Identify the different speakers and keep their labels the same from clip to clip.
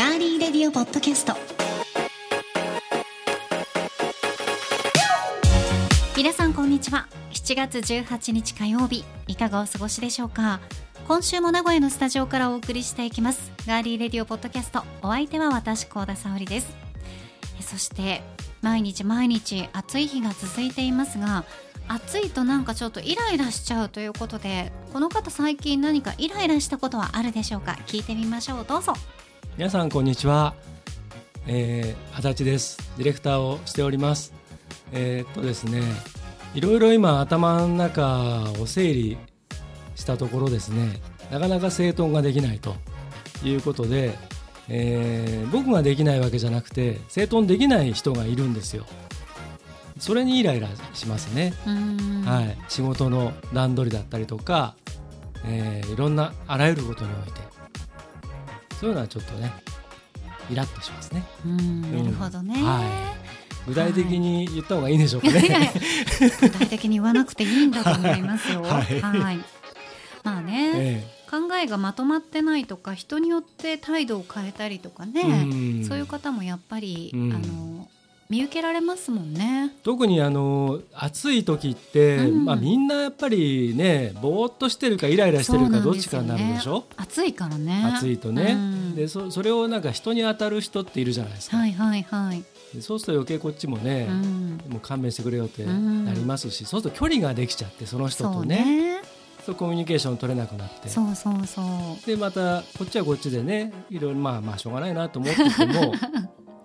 Speaker 1: オポッドキャスト皆さんこんにちは7月18日火曜日いかがお過ごしでしょうか今週も名古屋のスタジオからお送りしていきますガーリーレディオポッドキャストお相手は私高田沙織ですえそして毎日毎日暑い日が続いていますが暑いとなんかちょっとイライラしちゃうということでこの方最近何かイライラしたことはあるでしょうか聞いてみましょうどうぞ
Speaker 2: 皆さんこんにちは、えー、足立ですディレクターをしておりますえーっとですねいろいろ今頭の中を整理したところですねなかなか整頓ができないということで、えー僕ができないわけじゃなくて整頓できない人がいるんですよそれにイライラしますね
Speaker 1: うーん
Speaker 2: はい、仕事の段取りだったりとか、えーいろんなあらゆることにおいてそういうのはちょっとねイラッとしますね
Speaker 1: うんなるほどね、
Speaker 2: は具体的に言った方がいいんでしょうか
Speaker 1: いやいや
Speaker 2: ね、
Speaker 1: 具体的に言わなくていいんだと思いますよ。は、
Speaker 2: はいい
Speaker 1: まあ
Speaker 2: え
Speaker 1: ね、
Speaker 2: え
Speaker 1: 考えがまとまってないとか人によって態度を変えたりとかね、
Speaker 2: ん
Speaker 1: そういう方もやっぱり、
Speaker 2: うん
Speaker 1: あの見受けられますもんね。
Speaker 2: 特にあの暑い時って、
Speaker 1: うん
Speaker 2: まあ、みんなやっぱりねぼーっとしてるかイライラしてるかどっちかになるでしょ
Speaker 1: 暑いからね。
Speaker 2: 暑いとね、
Speaker 1: うん
Speaker 2: でそそれをなんか人に当たる人っているじゃないですか、
Speaker 1: はいはいはい。
Speaker 2: でそうすると余計こっちもね、
Speaker 1: うん、
Speaker 2: もう勘弁してくれよってなりますし、そうすると距離ができちゃってその人
Speaker 1: そ
Speaker 2: と
Speaker 1: う
Speaker 2: ね
Speaker 1: ね。
Speaker 2: そうコミュニケーション取れなくなって
Speaker 1: そうそうそう。
Speaker 2: でまたこっちはこっちでねいろいろまあまあしょうがないなと思ってて も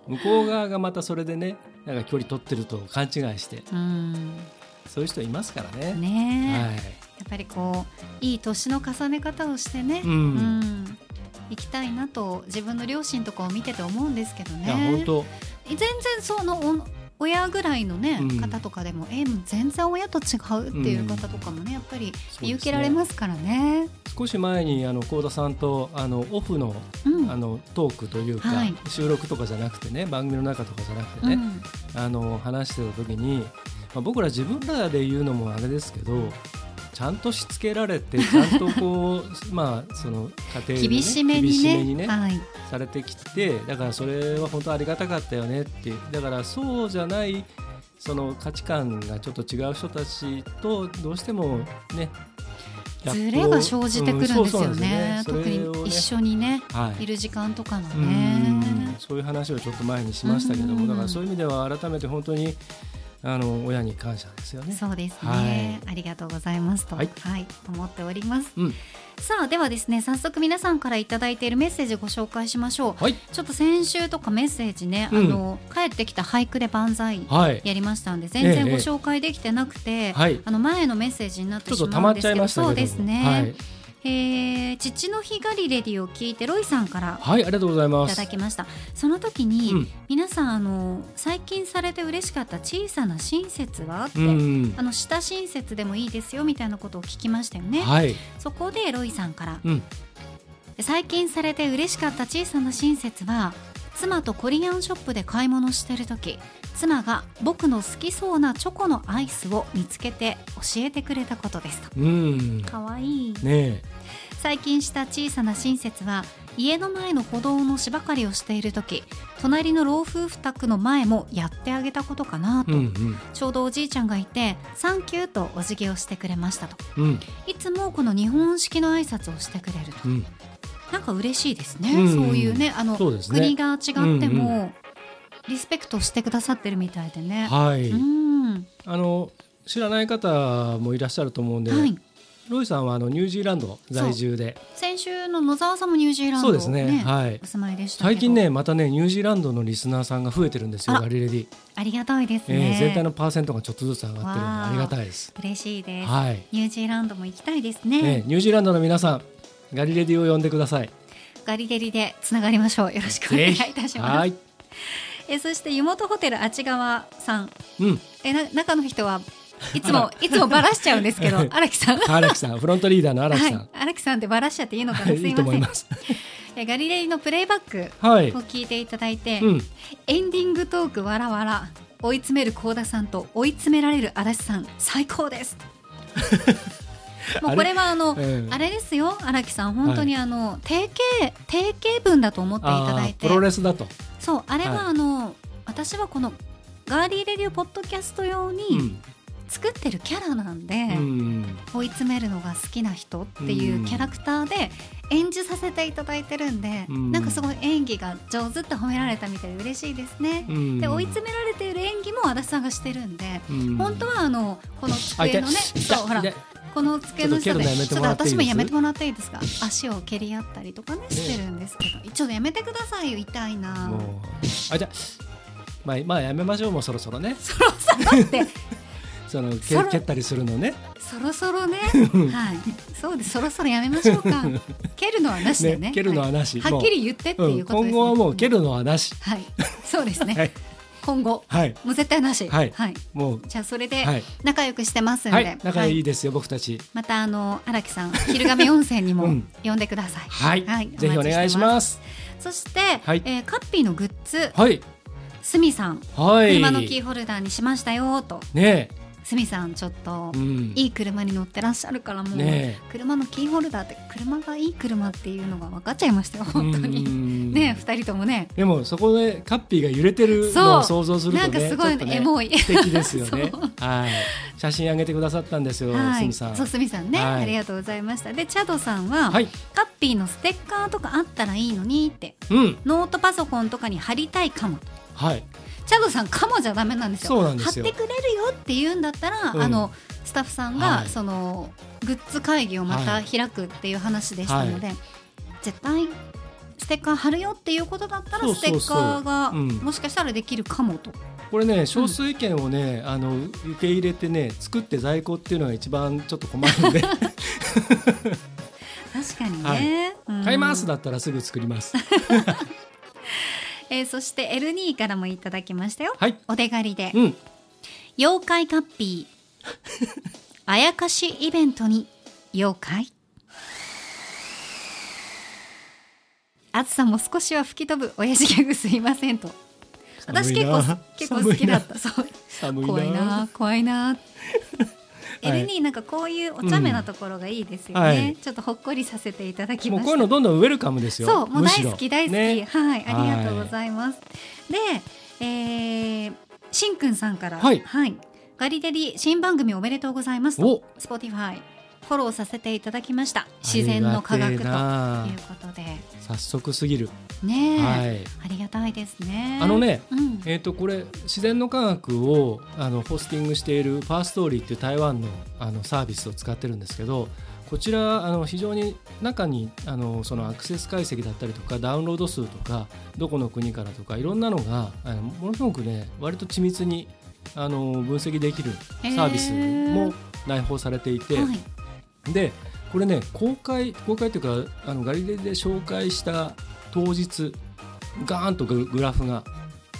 Speaker 2: 向こう側がまたそれでねなんか距離取ってると勘違いして
Speaker 1: うん、
Speaker 2: そういう人いますからね。
Speaker 1: ね、
Speaker 2: は
Speaker 1: や
Speaker 2: い
Speaker 1: っぱりこういい年の重ね方をしてね。
Speaker 2: うん
Speaker 1: うん、行きたいなと自分の両親とかを見てて思うんですけど
Speaker 2: いや
Speaker 1: ね
Speaker 2: 本当
Speaker 1: 全然そのお親ぐらいの、ね
Speaker 2: うん
Speaker 1: 方とかでもえもう全然親と違うっていう方とかもねやっぱり見受けられ
Speaker 2: す
Speaker 1: ますからね。
Speaker 2: 少し前にあの幸田さんとあのオフの
Speaker 1: うん
Speaker 2: あのトークというか、
Speaker 1: はい
Speaker 2: 収録とかじゃなくてね番組の中とかじゃなくて
Speaker 1: う
Speaker 2: ね、
Speaker 1: ん
Speaker 2: あの話してた時に、まあ、僕ら自分らで言うのもあれですけどちゃんとしつけられ てちゃんとこうまあその家庭でね、
Speaker 1: 厳しめにね
Speaker 2: 厳しめにね
Speaker 1: はい
Speaker 2: されてきてだからそれは本当ありがたかったよねってだからそうじゃないその価値観がちょっと違う人たちとどうしてもね
Speaker 1: ズレが生じてくるんですよね,、
Speaker 2: うんそうそうなんですよね
Speaker 1: 特
Speaker 2: それを
Speaker 1: に
Speaker 2: ね
Speaker 1: 一緒にね
Speaker 2: はい
Speaker 1: いる時間とかの
Speaker 2: うん
Speaker 1: ね。
Speaker 2: そういう話をちょっと前にしましたけど
Speaker 1: うん
Speaker 2: もだからそういう意味では改めて本当にあの親に感謝ですよね。
Speaker 1: そうですね、ありがとうございますと、は
Speaker 2: はいい
Speaker 1: 思っております、
Speaker 2: うん
Speaker 1: さあではですね早速皆さんからいただいているメッセージご紹介しましょう
Speaker 2: はい、
Speaker 1: ちょっと先週とかメッセージね、
Speaker 2: うん
Speaker 1: あの帰ってきた俳句で万歳
Speaker 2: はい、
Speaker 1: やりましたんで全然
Speaker 2: ええ
Speaker 1: ご紹介できてなくて、
Speaker 2: はい、
Speaker 1: あの前のメッセージになっ
Speaker 2: ちょ
Speaker 1: て
Speaker 2: っ
Speaker 1: し
Speaker 2: と
Speaker 1: ま
Speaker 2: 溜ま
Speaker 1: うん
Speaker 2: っ
Speaker 1: で
Speaker 2: ちゃ
Speaker 1: す
Speaker 2: い
Speaker 1: け
Speaker 2: ま
Speaker 1: ど
Speaker 2: し
Speaker 1: そ
Speaker 2: たけども
Speaker 1: うです
Speaker 2: は
Speaker 1: ね
Speaker 2: い、、
Speaker 1: えー父の日がりレディを聞いてロイさんから
Speaker 2: はい、ありがとうござい
Speaker 1: い
Speaker 2: ま
Speaker 1: た
Speaker 2: す
Speaker 1: だ。きましたその時に、
Speaker 2: うん
Speaker 1: 皆さんあの最近されて嬉しかった小さな親切はって、
Speaker 2: うん、
Speaker 1: あの下親切でもいいですよみたいなことを聞きましたよね、
Speaker 2: はい、
Speaker 1: そこでロイさんから
Speaker 2: うん、
Speaker 1: 最近されて嬉しかった小さな親切は妻とコリアンショップで買い物してる時妻が僕の好きそうなチョコのアイスを見つけて教えてくれたことですと
Speaker 2: うん、
Speaker 1: かわいい
Speaker 2: ね
Speaker 1: 最近した小さな親切は家の前の歩道の芝刈りをしている時隣の老夫婦宅の前もやってあげたことかな
Speaker 2: え、
Speaker 1: と、
Speaker 2: うん、うん、
Speaker 1: ちょうどおじいちゃんがいて「サンキュー」とお辞儀をしてくれましたと
Speaker 2: うん、
Speaker 1: いつもこの日本式の挨拶をしてくれると
Speaker 2: うん、
Speaker 1: なんか嬉しいですね、
Speaker 2: うん
Speaker 1: そういうねあの
Speaker 2: そうですね
Speaker 1: 国が違っても、
Speaker 2: うん
Speaker 1: リスペクトしてくださってるみたいでね。
Speaker 2: はい、
Speaker 1: うん
Speaker 2: あの知らない方もいらっしゃると思うんで、
Speaker 1: はい、
Speaker 2: ロイさんはあのニュージーランド在住で、
Speaker 1: 先週の野沢さんもニュージーランド、
Speaker 2: そうですね、はい
Speaker 1: お。住まいでしたけど
Speaker 2: 最近ねまたねニュージーランドのリスナーさんが増えてるんですよ
Speaker 1: あら
Speaker 2: ガリレディ、
Speaker 1: ありがたいです
Speaker 2: え
Speaker 1: ね、
Speaker 2: え全体のパーセントがちょっとずつ上がってるんで
Speaker 1: わあ
Speaker 2: ありがたいです。
Speaker 1: 嬉しいです、
Speaker 2: はい、
Speaker 1: ニュージーランドも行きたいです
Speaker 2: え
Speaker 1: ね、
Speaker 2: えニュージーランドの皆さんガリレディを呼んでください。
Speaker 1: ガリデリでつながりましょうよろしくお願いいたしま
Speaker 2: は
Speaker 1: す
Speaker 2: い、
Speaker 1: えそして湯本ホテルあちがわさん
Speaker 2: うん、
Speaker 1: えな中の人はいつもいつもバラしちゃうんですけど荒木さん
Speaker 2: 荒 木さん、フロントリーダーの荒木さん
Speaker 1: はい、荒木さんってバラしちゃっていいのかな、
Speaker 2: はい
Speaker 1: す
Speaker 2: い
Speaker 1: い
Speaker 2: いと
Speaker 1: ま
Speaker 2: 思
Speaker 1: せ
Speaker 2: い
Speaker 1: ん
Speaker 2: ます。
Speaker 1: えガリレイのプレイバック
Speaker 2: はい
Speaker 1: を、聞いていただいて、
Speaker 2: うん、
Speaker 1: エンディングトークわらわら 追い詰める幸田さんと追い詰められる足立さん最高ですもうこれはあのあれ,、
Speaker 2: うん
Speaker 1: ですよ荒木さん本当にあの、定型定型文だと思っていただい
Speaker 2: あー
Speaker 1: て
Speaker 2: プロレスだと、
Speaker 1: そうあれ
Speaker 2: はい
Speaker 1: はあの、私はこのガーリーレディオポッドキャスト用
Speaker 2: う
Speaker 1: に
Speaker 2: ん
Speaker 1: 作ってるキャラなんで、
Speaker 2: うん
Speaker 1: 追い詰めるのが好きな人っていうキャラクターで演じさせていただいてるんで、
Speaker 2: うん
Speaker 1: なんかすごい演技が上手って褒められたみたいで嬉しいですね
Speaker 2: う、ん
Speaker 1: で追い詰められている演技も足立さんがしてるんで、
Speaker 2: うん
Speaker 1: 本当はあのこの
Speaker 2: あ痛
Speaker 1: 机
Speaker 2: い
Speaker 1: のね
Speaker 2: 痛い
Speaker 1: そうほら
Speaker 2: 痛い
Speaker 1: この机の下で
Speaker 2: ちょっと蹴るのやめてもらっていいです
Speaker 1: 私もやめてもらっていいですか足を蹴り合ったりとかねしてるんですけど、ちょっとやめてくださいよ痛いな
Speaker 2: もうあじゃあまあ、まあやめましょうもうそろそろね
Speaker 1: そろそろっ て
Speaker 2: そのけ
Speaker 1: そろ
Speaker 2: 蹴ったりするのね
Speaker 1: そろそろねはいそうですそろそろやめましょう か蹴るのはなしでね
Speaker 2: ね蹴るのはなし
Speaker 1: いはっきり言ってって
Speaker 2: う、
Speaker 1: いうんことです、ね
Speaker 2: 今後はもう蹴るのはなし
Speaker 1: はいそうですね、
Speaker 2: はい
Speaker 1: 今後
Speaker 2: はい
Speaker 1: もう絶対なし
Speaker 2: はいもう
Speaker 1: じゃあそれで
Speaker 2: はい
Speaker 1: 仲良くしてますんで、
Speaker 2: はい仲
Speaker 1: はい
Speaker 2: いいですよ、僕たち
Speaker 1: またあの荒木さん昼亀温泉にも
Speaker 2: うん
Speaker 1: 呼んでください、
Speaker 2: はい、
Speaker 1: はい
Speaker 2: ぜひお願いします
Speaker 1: そして、
Speaker 2: はい
Speaker 1: えーカッピーのグッズ
Speaker 2: はい
Speaker 1: スミさん
Speaker 2: はい
Speaker 1: 車のキーホルダーにしましたよと
Speaker 2: ね
Speaker 1: スミさんちょっと
Speaker 2: え、うん、
Speaker 1: いい車に乗ってらっしゃるからもう、
Speaker 2: ね
Speaker 1: 車のキーホルダーって車がいい車っていうのが分かっちゃいましたよ
Speaker 2: え
Speaker 1: 本当に。
Speaker 2: に
Speaker 1: ねえ二人ともね
Speaker 2: でもそこでカッピーが揺れてるのを想像するとね
Speaker 1: なんかすごい、
Speaker 2: ちょっとね
Speaker 1: エモい。
Speaker 2: 素敵ですよね
Speaker 1: そ。
Speaker 2: はい。写真あげてくださったんですよ、
Speaker 1: は
Speaker 2: す
Speaker 1: い、
Speaker 2: みさん。
Speaker 1: そうすみさんね、
Speaker 2: はい
Speaker 1: ありがとうございましたでチャドさんは、
Speaker 2: はい。
Speaker 1: カッピーのステッカーとかあったらいいのにって
Speaker 2: うん。
Speaker 1: ノートパソコンとかに貼りたいかも
Speaker 2: はい。
Speaker 1: チャドさんかもじゃダメなんですよ
Speaker 2: そうなんですよ
Speaker 1: 貼ってくれるよって言うんだったら、
Speaker 2: うん
Speaker 1: あのスタッフさんが、
Speaker 2: はい
Speaker 1: そのグッズ会議をま
Speaker 2: は
Speaker 1: た
Speaker 2: い
Speaker 1: 開くっていう話でしたので、絶対ステッカー貼るよっていうことだったら
Speaker 2: そう
Speaker 1: ス
Speaker 2: そう
Speaker 1: テ
Speaker 2: そう
Speaker 1: ッカーが
Speaker 2: うん
Speaker 1: もしかしたらできるかもと、
Speaker 2: これね、少数意見をね、あの受け入れてね、作って在庫っていうのが一番ちょっと困 るんで、
Speaker 1: 確かにね、うん
Speaker 2: 買いますだったらすぐ作 ります。
Speaker 1: えーそして L2 からもいただきましたよ
Speaker 2: はい。
Speaker 1: お手狩りで
Speaker 2: うん。
Speaker 1: 妖怪カッピーあやかしイベントに妖怪暑さも少しは吹き飛ぶ親父ギャグすいませんと私結構結構好きだったそう
Speaker 2: 寒いな。
Speaker 1: 怖いな怖いな
Speaker 2: はい
Speaker 1: L2 なんかこういうお茶目なところがいいですよね、
Speaker 2: うんはい
Speaker 1: ちょっとほっこりさせていただき
Speaker 2: も
Speaker 1: ま
Speaker 2: う
Speaker 1: した
Speaker 2: こういうのどんどんウェルカムですよ。
Speaker 1: そう、もう
Speaker 2: む
Speaker 1: 大
Speaker 2: しろ
Speaker 1: 好き大好き、
Speaker 2: ね
Speaker 1: はい、ありがとうございます。で、えー、しんくんさんから、
Speaker 2: はい
Speaker 1: ガリデリ新番組おめでとうございます
Speaker 2: お
Speaker 1: と、Spotify フォローさせていただきました。自然の科学という
Speaker 2: ありがて
Speaker 1: ことで、
Speaker 2: えな早速すぎる。
Speaker 1: ねえ、
Speaker 2: はい。
Speaker 1: ありがたいですね。
Speaker 2: あの、ね、
Speaker 1: うん、
Speaker 2: えー、とこれ自然の科学をあのホスティングしているファーストーリーっていう台湾のあのサービスを使ってるんですけどこちらあの非常に中にあのそのアクセス解析だったりとかダウンロード数とかどこの国からとかいろんなのがあのものすごくね割と緻密にあの分析できるサービスも内包されていて、
Speaker 1: はい、
Speaker 2: でこれね公開公開というかあのガリレーで紹介した当日ガーンとググラフが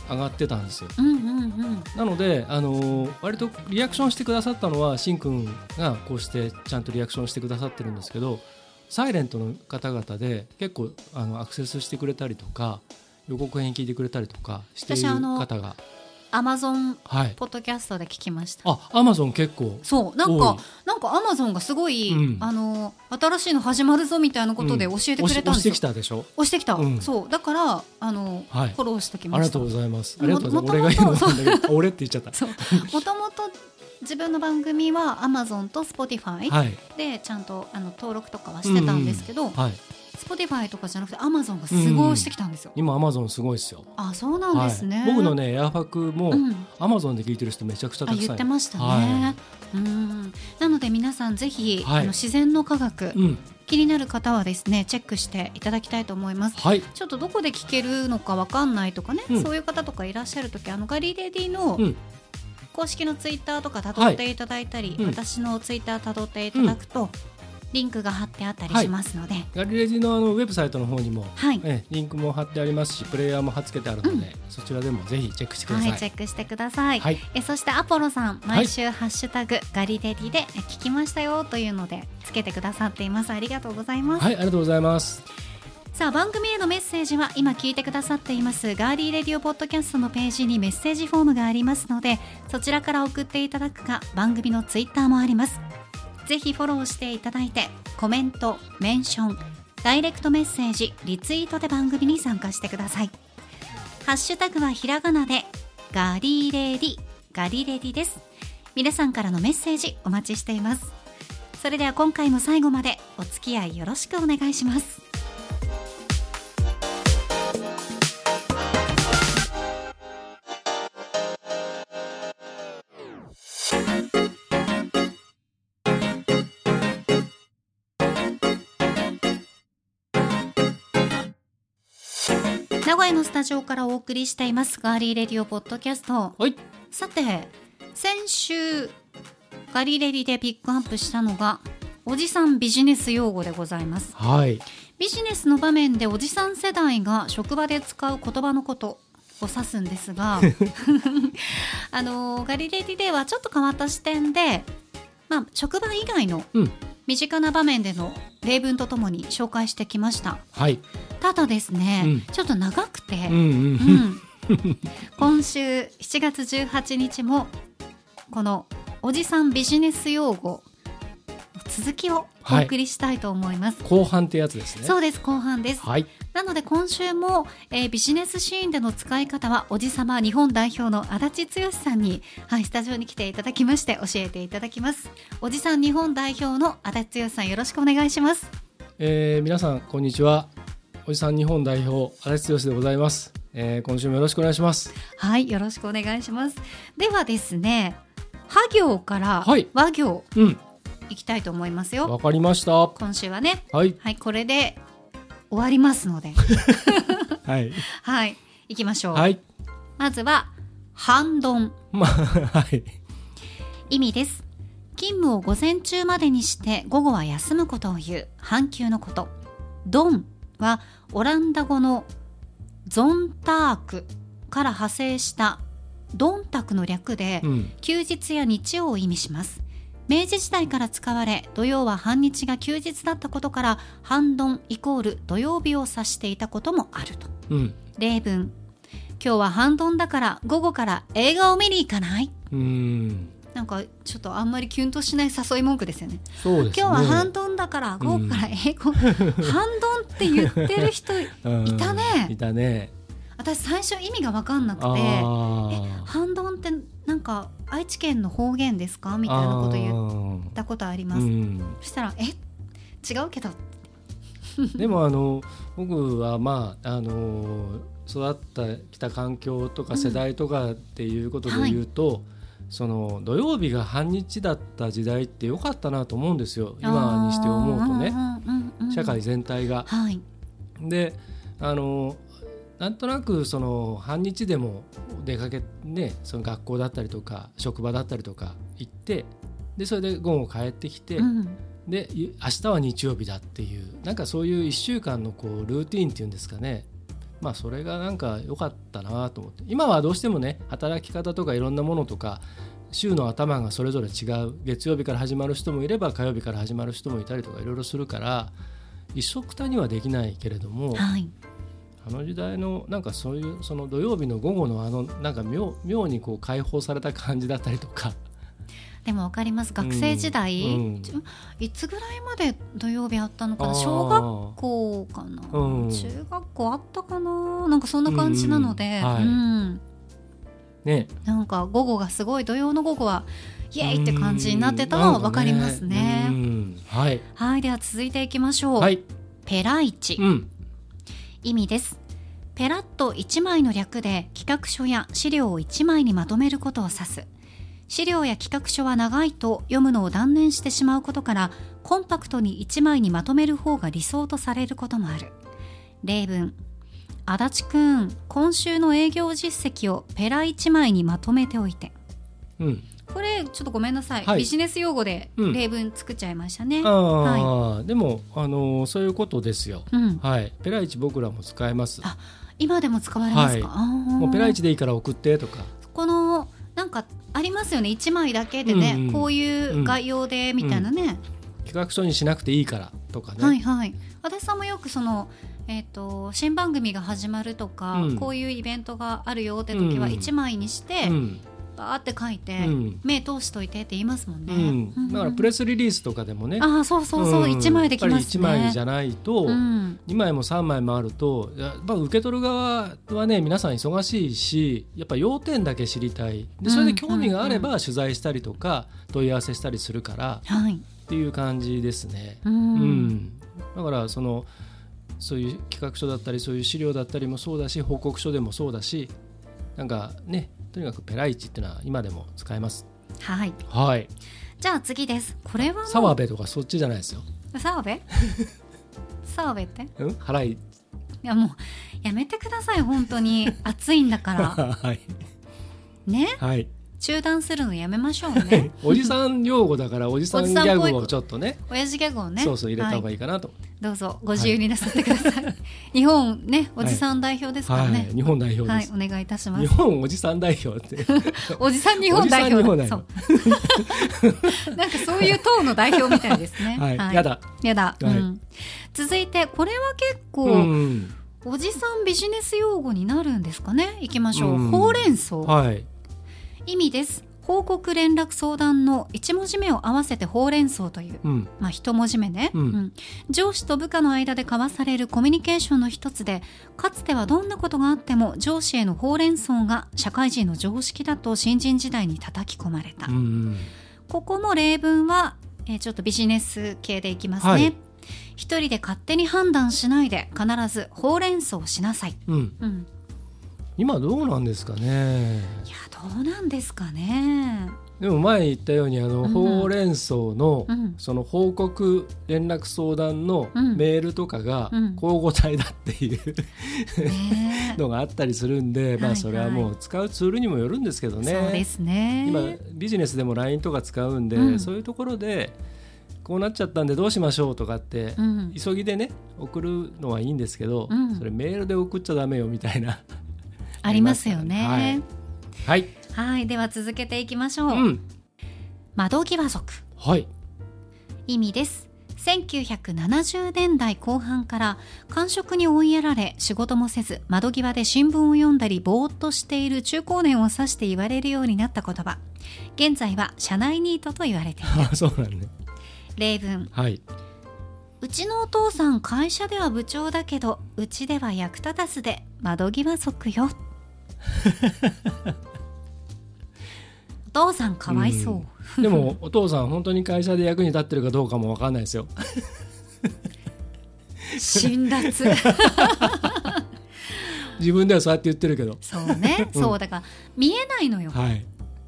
Speaker 2: 上がってたんですよ
Speaker 1: うんうんうん、
Speaker 2: なので、あのー割とリアクションしてくださったのはしんくんがこうしてちゃんとリアクションしてくださってるんですけどサイレントの方々で結構あのアクセスしてくれたりとか予告編聞いてくれたりとかしてい
Speaker 1: 私
Speaker 2: る
Speaker 1: あの
Speaker 2: 方が
Speaker 1: Amazon
Speaker 2: はい
Speaker 1: ポッドキャストで聞きました。
Speaker 2: あアマゾン結構
Speaker 1: そうなん
Speaker 2: 多い
Speaker 1: かなんかアマゾンがすごい、
Speaker 2: うん
Speaker 1: あの新しいの始まるぞみたいなことで
Speaker 2: う
Speaker 1: 教
Speaker 2: ん
Speaker 1: えてくれたん
Speaker 2: 押
Speaker 1: で
Speaker 2: し押し
Speaker 1: す
Speaker 2: て
Speaker 1: よ
Speaker 2: き。たでしょ
Speaker 1: 押してきた、
Speaker 2: うん
Speaker 1: そうだからあの、
Speaker 2: はい
Speaker 1: フォローしてき
Speaker 2: あ
Speaker 1: ま
Speaker 2: りが
Speaker 1: した
Speaker 2: とうございますあ
Speaker 1: も
Speaker 2: りがとうございます俺が言うのもなんだけど俺って言っち ゃった
Speaker 1: そうもともと自分の番組は Amazon と Spotify
Speaker 2: はい
Speaker 1: でちゃんとあの登録とかはしてたんですけど、
Speaker 2: はい
Speaker 1: Spotify とかじゃなくて Amazon がすごい押してきたんですよ、
Speaker 2: 今アマゾンすごいですよ
Speaker 1: あそうなんですね、
Speaker 2: はい、僕のねエアファクも
Speaker 1: うん、
Speaker 2: アマゾンで聞いてる人めちゃくちゃた
Speaker 1: あ
Speaker 2: くさんい
Speaker 1: 言
Speaker 2: る
Speaker 1: ってましたね、
Speaker 2: は
Speaker 1: うんなので皆さんぜひ、
Speaker 2: はい
Speaker 1: あの自然の科学、
Speaker 2: うん
Speaker 1: 気になる方はですねチェックしていただきたいと思います
Speaker 2: はい
Speaker 1: ちょっとどこで聞けるのかわかんないとかね、
Speaker 2: うん
Speaker 1: そういう方とかいらっしゃる時あのガリレディの
Speaker 2: うん
Speaker 1: 公式のツイッターとかたどっていただいたり、
Speaker 2: うん
Speaker 1: 私のツイッターたどっていただくと、リンクが貼ってあったりしますので、はい、
Speaker 2: ガリレジのあのウェブサイトの方にも、ええリンクも貼ってありますしプレイヤーも貼っつけてあるので、
Speaker 1: うん
Speaker 2: そちらでもぜひチェックしてください。
Speaker 1: はい、チェックしてください、
Speaker 2: はい
Speaker 1: えそしてアポロさん
Speaker 2: はい
Speaker 1: 毎週「ハッシュタグガリレディ」でえ聞きましたよというのでつけてくださっていますありがとうございます、
Speaker 2: はい、ありがとうございます。
Speaker 1: さあ番組へのメッセージは今聞いてくださっていますガーリーレディオポッドキャストのページにメッセージフォームがありますのでそちらから送っていただくか番組のツイッターもありますぜひフォローしていただいてコメントメンションダイレクトメッセージリツイートで番組に参加してくださいハッシュタグはひらがなでガリレディガリレディです皆さんからのメッセージお待ちしていますそれでは今回も最後までお付き合いよろしくお願いします名古屋のスタジオからお送りしていますガーリーレディオポッドキャスト
Speaker 2: はい
Speaker 1: さて先週ガリレディでピックアップしたのがおじさんビジネス用語でございます
Speaker 2: はい
Speaker 1: ビジネスの場面でおじさん世代が職場で使う言葉のことを指すんです が あのガリレディではちょっと変わった視点で、まあ、職場以外の
Speaker 2: うん
Speaker 1: 身近な場面での例文とともに紹介してきました
Speaker 2: はい
Speaker 1: ただですね、
Speaker 2: うん
Speaker 1: ちょっと長くて、
Speaker 2: うんう
Speaker 1: う
Speaker 2: ん
Speaker 1: ん、今週7月18日もこのおじさんビジネス用語続きをお送りしたいと思います、
Speaker 2: 後半ってやつですね
Speaker 1: そうです後半です
Speaker 2: はい
Speaker 1: なので今週も、えービジネスシーンでの使い方はおじさま日本代表の足立剛さんに、はい、スタジオに来ていただきまして教えていただきますおじさん日本代表の足立剛さんよろしくお願いします
Speaker 2: えー皆さんこんにちはおじさん日本代表足立剛でございます、えー今週もよろしくお願いします
Speaker 1: はいよろしくお願いしますではですねは行から
Speaker 2: はい
Speaker 1: 和行
Speaker 2: うん
Speaker 1: いきたいと思いますよ、
Speaker 2: わかりましたは
Speaker 1: 今週はね
Speaker 2: い
Speaker 1: はいこれで終わりますの で
Speaker 2: はい
Speaker 1: はい行きましょう、
Speaker 2: はい
Speaker 1: まずは半丼
Speaker 2: まあはい
Speaker 1: 意味です勤務を午前中までにして午後は休むことを言う半休のことドンはオランダ語のゾンタークから派生したドンタクの略で
Speaker 2: うん
Speaker 1: 休日や日曜を意味します明治時代から使われ土曜は半日が休日だったことから半ドンイコール土曜日を指していたこともあると
Speaker 2: うん
Speaker 1: 例文今日は半ドンだから午後から映画を見に行かない
Speaker 2: うん
Speaker 1: なんかちょっとあんまりキュンとしない誘い文句ですよね。
Speaker 2: そうですね
Speaker 1: 今日は半ドンだから午後から英語、半ドンって言ってる人い
Speaker 2: うん
Speaker 1: た
Speaker 2: い
Speaker 1: ね。
Speaker 2: たね
Speaker 1: 私最初意味が分かんなくて
Speaker 2: あ、
Speaker 1: え
Speaker 2: あ
Speaker 1: 半ドンってなんか愛知県の方言ですかみたいなこと言ったことあり
Speaker 2: あ
Speaker 1: ま
Speaker 2: ー
Speaker 1: す。
Speaker 2: うん
Speaker 1: そしたらえ違うけど、
Speaker 2: でもあの僕はまああの育ってきた環境と
Speaker 1: う
Speaker 2: か
Speaker 1: ん
Speaker 2: 世代とかっていうことで
Speaker 1: はい
Speaker 2: 言うと、その土曜日が半日だった時代って良かったなと思うんですよ今にして思うとね、
Speaker 1: あーうんうんうんうん
Speaker 2: 社会全体が。
Speaker 1: はい
Speaker 2: であのなんとなくその半日でも出かけねその学校だったりとか職場だったりとか行ってでそれで午後帰ってきて、
Speaker 1: うん
Speaker 2: でゆ明日は日曜日だっていうなんかそういう1週間のこうルーティーンっていうんですかねまあそれがなんか良かったなと思って今はどうしてもね働き方とかいろんなものとか週の頭がそれぞれ違う月曜日から始まる人もいれば火曜日から始まる人もいたりとかいろいろするから一緒くたにはできないけれども
Speaker 1: はい
Speaker 2: あの時代のなんかそういうその土曜日の午後のあのなんか妙妙にこう解放された感じだったりとか。
Speaker 1: でもわかります学生時代、
Speaker 2: うん
Speaker 1: ちょいつぐらいまで土曜日あったのか
Speaker 2: あ
Speaker 1: な
Speaker 2: ー
Speaker 1: 小学校かな、
Speaker 2: うん
Speaker 1: 中学校あったかななんかそんな感じなので、
Speaker 2: う
Speaker 1: うんん
Speaker 2: はいね
Speaker 1: なんか午後がすごい土曜の午後はイエーイって感じになってたのはわかりますね
Speaker 2: うんなんかねうんはい。
Speaker 1: はいでは続いていきましょう、
Speaker 2: はい。
Speaker 1: ペライチ
Speaker 2: うん。
Speaker 1: 意味ですペラッと1枚の略で企画書や資料を1枚にまとめることを指す資料や企画書は長いと読むのを断念してしまうことからコンパクトに1枚にまとめる方が理想とされることもある例文足立くん今週の営業実績をペラ1枚にまとめておいて
Speaker 2: うん。
Speaker 1: これちょっとごめんなさい、
Speaker 2: はい
Speaker 1: ビジネス用語で
Speaker 2: うん
Speaker 1: 例文作っちゃいましたね、
Speaker 2: ああ、でも、あのーそういうことですよ。
Speaker 1: うん、
Speaker 2: はい。ペライチ僕らも使えます。
Speaker 1: あ今でも使われますか、
Speaker 2: は
Speaker 1: も
Speaker 2: もうペライチでいいから送ってとか。
Speaker 1: このなんかありますよね1枚だけでね、
Speaker 2: うんうん
Speaker 1: こういう概要でみたいなね、
Speaker 2: 企画書にしなくていいからとかね。
Speaker 1: はいはい足立さんもよくその、えー、と新番組が始まるとか、
Speaker 2: うん
Speaker 1: こういうイベントがあるよって時
Speaker 2: う
Speaker 1: は
Speaker 2: んうん
Speaker 1: 1枚にして、
Speaker 2: うん。
Speaker 1: バーって書いて、
Speaker 2: うん
Speaker 1: 目通しといてって言いますもんね、
Speaker 2: うん、だからプレ
Speaker 1: ス
Speaker 2: スリリースとかでもね
Speaker 1: ああそうそうそう、
Speaker 2: ん
Speaker 1: 一枚できますね
Speaker 2: やっぱり1枚じゃないと、
Speaker 1: うん
Speaker 2: 2枚も3枚もあるとやっぱ受け取る側はね皆さん忙しいしやっぱ要点だけ知りたいでそれで興味があれ
Speaker 1: うん
Speaker 2: ば取材したりとか問い合わせしたりするから
Speaker 1: はい
Speaker 2: っていう感じですね。
Speaker 1: う
Speaker 2: うんん、だからそのそういう企画書だったりそういう資料だったりもそうだし報告書でもそうだしなんかねとにかくペライチっていうのは今でも使えます。
Speaker 1: はい
Speaker 2: はい、
Speaker 1: じゃあ次ですこれはもう
Speaker 2: 澤部とかそっちじゃないですよ。
Speaker 1: 澤 部澤部ってい
Speaker 2: うん、払い。
Speaker 1: やもうやめてください本当に暑いんだから
Speaker 2: はい。
Speaker 1: ね
Speaker 2: はい。
Speaker 1: 中断するのやめましょうね
Speaker 2: おじさん用語だからおじさん
Speaker 1: お
Speaker 2: ギ
Speaker 1: じさんっぽい
Speaker 2: ャグをちょっとね
Speaker 1: 親父ギャグをね
Speaker 2: そうそう入れた方
Speaker 1: は
Speaker 2: がいいかなと、
Speaker 1: いどうぞご自由になさってください、日本ねおじさん代表ですか
Speaker 2: は
Speaker 1: ら
Speaker 2: い
Speaker 1: ね
Speaker 2: 日本代表
Speaker 1: は
Speaker 2: で
Speaker 1: い、
Speaker 2: す、
Speaker 1: お願いいたしま
Speaker 2: 日
Speaker 1: す
Speaker 2: 本おじさん代表って
Speaker 1: おじさん日本代
Speaker 2: お
Speaker 1: 表
Speaker 2: じさん日本代
Speaker 1: そう
Speaker 2: 表
Speaker 1: なんかそう いう党の代表みたいですね
Speaker 2: はい、やだ
Speaker 1: やだ、
Speaker 2: はい
Speaker 1: うん続いてこれは結構、
Speaker 2: うん
Speaker 1: おじさんビジネス用語になるんですかねいきましょう、
Speaker 2: うん
Speaker 1: ほうれん草、
Speaker 2: はい
Speaker 1: 意味です報告連絡相談の1文字目を合わせてほうれん草という
Speaker 2: うん
Speaker 1: まあ1文字目ね、
Speaker 2: うん
Speaker 1: 上司と部下の間で交わされるコミュニケーションの一つでかつてはどんなことがあっても上司へのほうれん草が社会人の常識だと新人時代に叩き込まれた、
Speaker 2: うん
Speaker 1: ここも例文は、えーちょっとビジネス系でいきますね、
Speaker 2: はい
Speaker 1: 一人で勝手に判断しないで必ずほうれん草をしなさい、
Speaker 2: うん
Speaker 1: うん、
Speaker 2: 今どうなんですかね
Speaker 1: いやどうなんですか ね。
Speaker 2: でも前言ったようにあの、
Speaker 1: うん
Speaker 2: ほうれん草の、
Speaker 1: うん
Speaker 2: その報告連絡相談の
Speaker 1: うん
Speaker 2: メールとかが
Speaker 1: うん
Speaker 2: 交互体だっていう
Speaker 1: ね
Speaker 2: のがあったりするんで、ま
Speaker 1: はい
Speaker 2: あそれはもう使うツールにもよるんですけどね。
Speaker 1: そうですね。
Speaker 2: 今ビジネスでも LINE とか使うんで、
Speaker 1: うん
Speaker 2: そういうところでこうなっちゃったんでどうしましょうとかって、
Speaker 1: うん、
Speaker 2: 急ぎでね送るのはいいんですけど、
Speaker 1: うん
Speaker 2: それメールで送っちゃダメよみたいな
Speaker 1: ありますよね。
Speaker 2: はい、
Speaker 1: はい、では続けていきましょう。
Speaker 2: うん、
Speaker 1: 窓際族
Speaker 2: はい
Speaker 1: 意味です。1970年代後半から官職に追いやられ仕事もせず窓際で新聞を読んだりぼーっとしている中高年を指して言われるようになった言葉現在は社内ニートと言われている
Speaker 2: そうなんね
Speaker 1: 例文
Speaker 2: はいう
Speaker 1: ちのお父さん会社では部長だけどうちでは役立たずで窓際族 よお父さんかわいそう、
Speaker 2: うん でもお父さん本当に会社で役に立ってるかどうかもわかんないで すよ
Speaker 1: 辛辣
Speaker 2: 自分ではそうやって言ってるけど
Speaker 1: そうねそうだから見えないのよ
Speaker 2: はい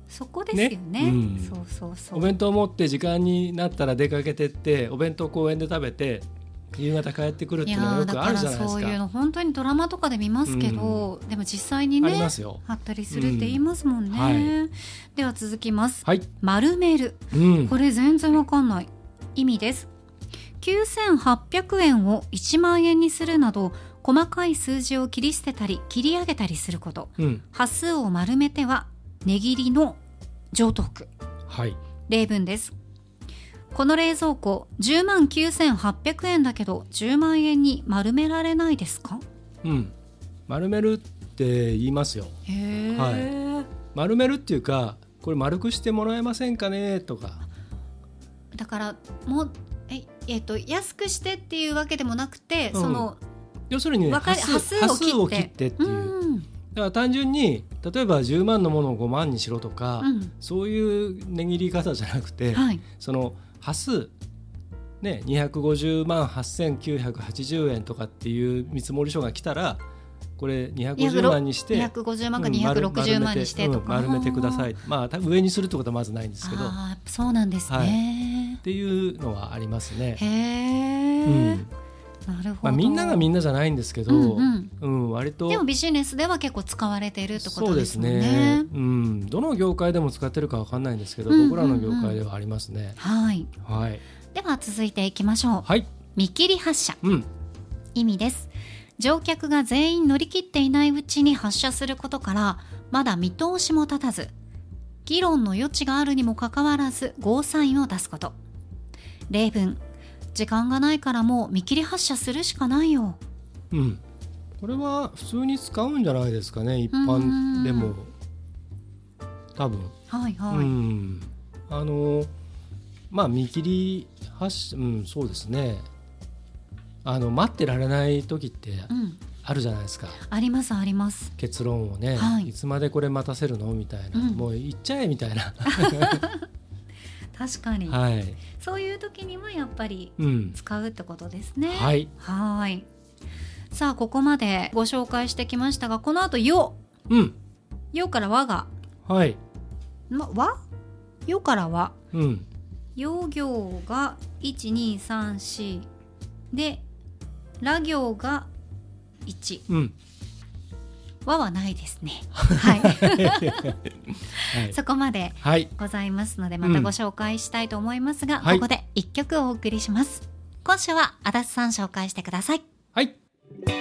Speaker 1: そこですよね
Speaker 2: ねうん
Speaker 1: そうそうそ
Speaker 2: お
Speaker 1: う
Speaker 2: 弁当持って時間になったら出かけてってお弁当公園で食べて夕方帰ってくるって
Speaker 1: い
Speaker 2: い
Speaker 1: や
Speaker 2: うのは
Speaker 1: ー
Speaker 2: よ
Speaker 1: だ
Speaker 2: くあ
Speaker 1: か
Speaker 2: る
Speaker 1: ら
Speaker 2: じゃないですか
Speaker 1: そういうの本当にドラマとかで見ますけど、でも実際に
Speaker 2: あり
Speaker 1: ね
Speaker 2: ますよ
Speaker 1: あったりするって言いますもんね、
Speaker 2: うんは
Speaker 1: では続きます
Speaker 2: はい、
Speaker 1: 丸める
Speaker 2: うん、
Speaker 1: これ全然わかんない意味です9800円を1万円にするなど細かい数字を切り捨てたり切り上げたりすること
Speaker 2: うん、
Speaker 1: 端数を丸めては値切りの上等句
Speaker 2: はい。
Speaker 1: 例文ですこの冷蔵庫10万9800円だけど10万円に丸められないですか
Speaker 2: うん。丸めるって言いますよ。
Speaker 1: へえ、
Speaker 2: 丸めるっていうか、これ丸くしてもらえませんかねとか。
Speaker 1: だからもうええっと安くしてっていうわけでもなくて、
Speaker 2: うん
Speaker 1: その、
Speaker 2: 要するにね、
Speaker 1: わかり
Speaker 2: 端数
Speaker 1: 端数を
Speaker 2: を
Speaker 1: 切
Speaker 2: 切
Speaker 1: って
Speaker 2: ってって
Speaker 1: う
Speaker 2: いう。
Speaker 1: ん
Speaker 2: だから単純に例えば10万のものを5万にしろとか、
Speaker 1: うん、
Speaker 2: そういう値切り方じゃなくて、
Speaker 1: はい、
Speaker 2: その端数。ね、250万8980円とかっていう見積書が来たらこれ250万にして
Speaker 1: 250万か
Speaker 2: うん丸
Speaker 1: 260万にしてとか、
Speaker 2: 丸めてうん丸めてくださ
Speaker 1: で
Speaker 2: いまあ多分上にするってことはまずないんですけどっ
Speaker 1: あーやっぱそうなんですね、
Speaker 2: ていうのはありますね。
Speaker 1: へえ、
Speaker 2: うん
Speaker 1: なるほど、
Speaker 2: まあ、みんながみんなじゃないんですけど、
Speaker 1: うんうん
Speaker 2: うん割と
Speaker 1: でもビジネスでは結構使われているってこ
Speaker 2: そう
Speaker 1: と
Speaker 2: で
Speaker 1: ですすもんね
Speaker 2: ね、うん、どの業界でも使ってるかわかんないんですけど、
Speaker 1: うんうんうん
Speaker 2: 僕らの業界ではありますね。
Speaker 1: はい
Speaker 2: はい、
Speaker 1: では続いていきましょう
Speaker 2: はい、
Speaker 1: 見切り発車
Speaker 2: うん、
Speaker 1: 意味です乗客が全員乗り切っていないうちに発車することからまだ見通しも立たず議論の余地があるにもかかわらずゴーサインを出すこと例文時間がないからもう見切り発車するしかないよ
Speaker 2: うん、これは普通に使うんじゃないですかね、一般で
Speaker 1: う
Speaker 2: も。多分、
Speaker 1: はいはい、
Speaker 2: うんあのまあ見切り発うんそうですねあの待ってられない時って
Speaker 1: うん
Speaker 2: あるじゃないですか、
Speaker 1: ありますあります
Speaker 2: 結論をね、
Speaker 1: はい
Speaker 2: い、つまでこれ待たせるのみたいな、
Speaker 1: うん
Speaker 2: もう行っちゃえみたいな
Speaker 1: 確かに、
Speaker 2: はい、
Speaker 1: そういう時にはやっぱり
Speaker 2: うん、
Speaker 1: 使うってことですね
Speaker 2: はい、
Speaker 1: はーいさあここまでご紹介してきましたがこの後よ
Speaker 2: うん、
Speaker 1: よから和が
Speaker 2: はい、
Speaker 1: ま和よから和
Speaker 2: うん、
Speaker 1: よ行が1234でら行が1
Speaker 2: うん、
Speaker 1: 和はないですね はい
Speaker 2: はい、
Speaker 1: そこまで
Speaker 2: はい、
Speaker 1: ございますのでまたご紹介したいと思いますが、
Speaker 2: うんはい
Speaker 1: ここで一曲お送りします、今週は足立さん紹介してください
Speaker 2: はい、
Speaker 3: 恋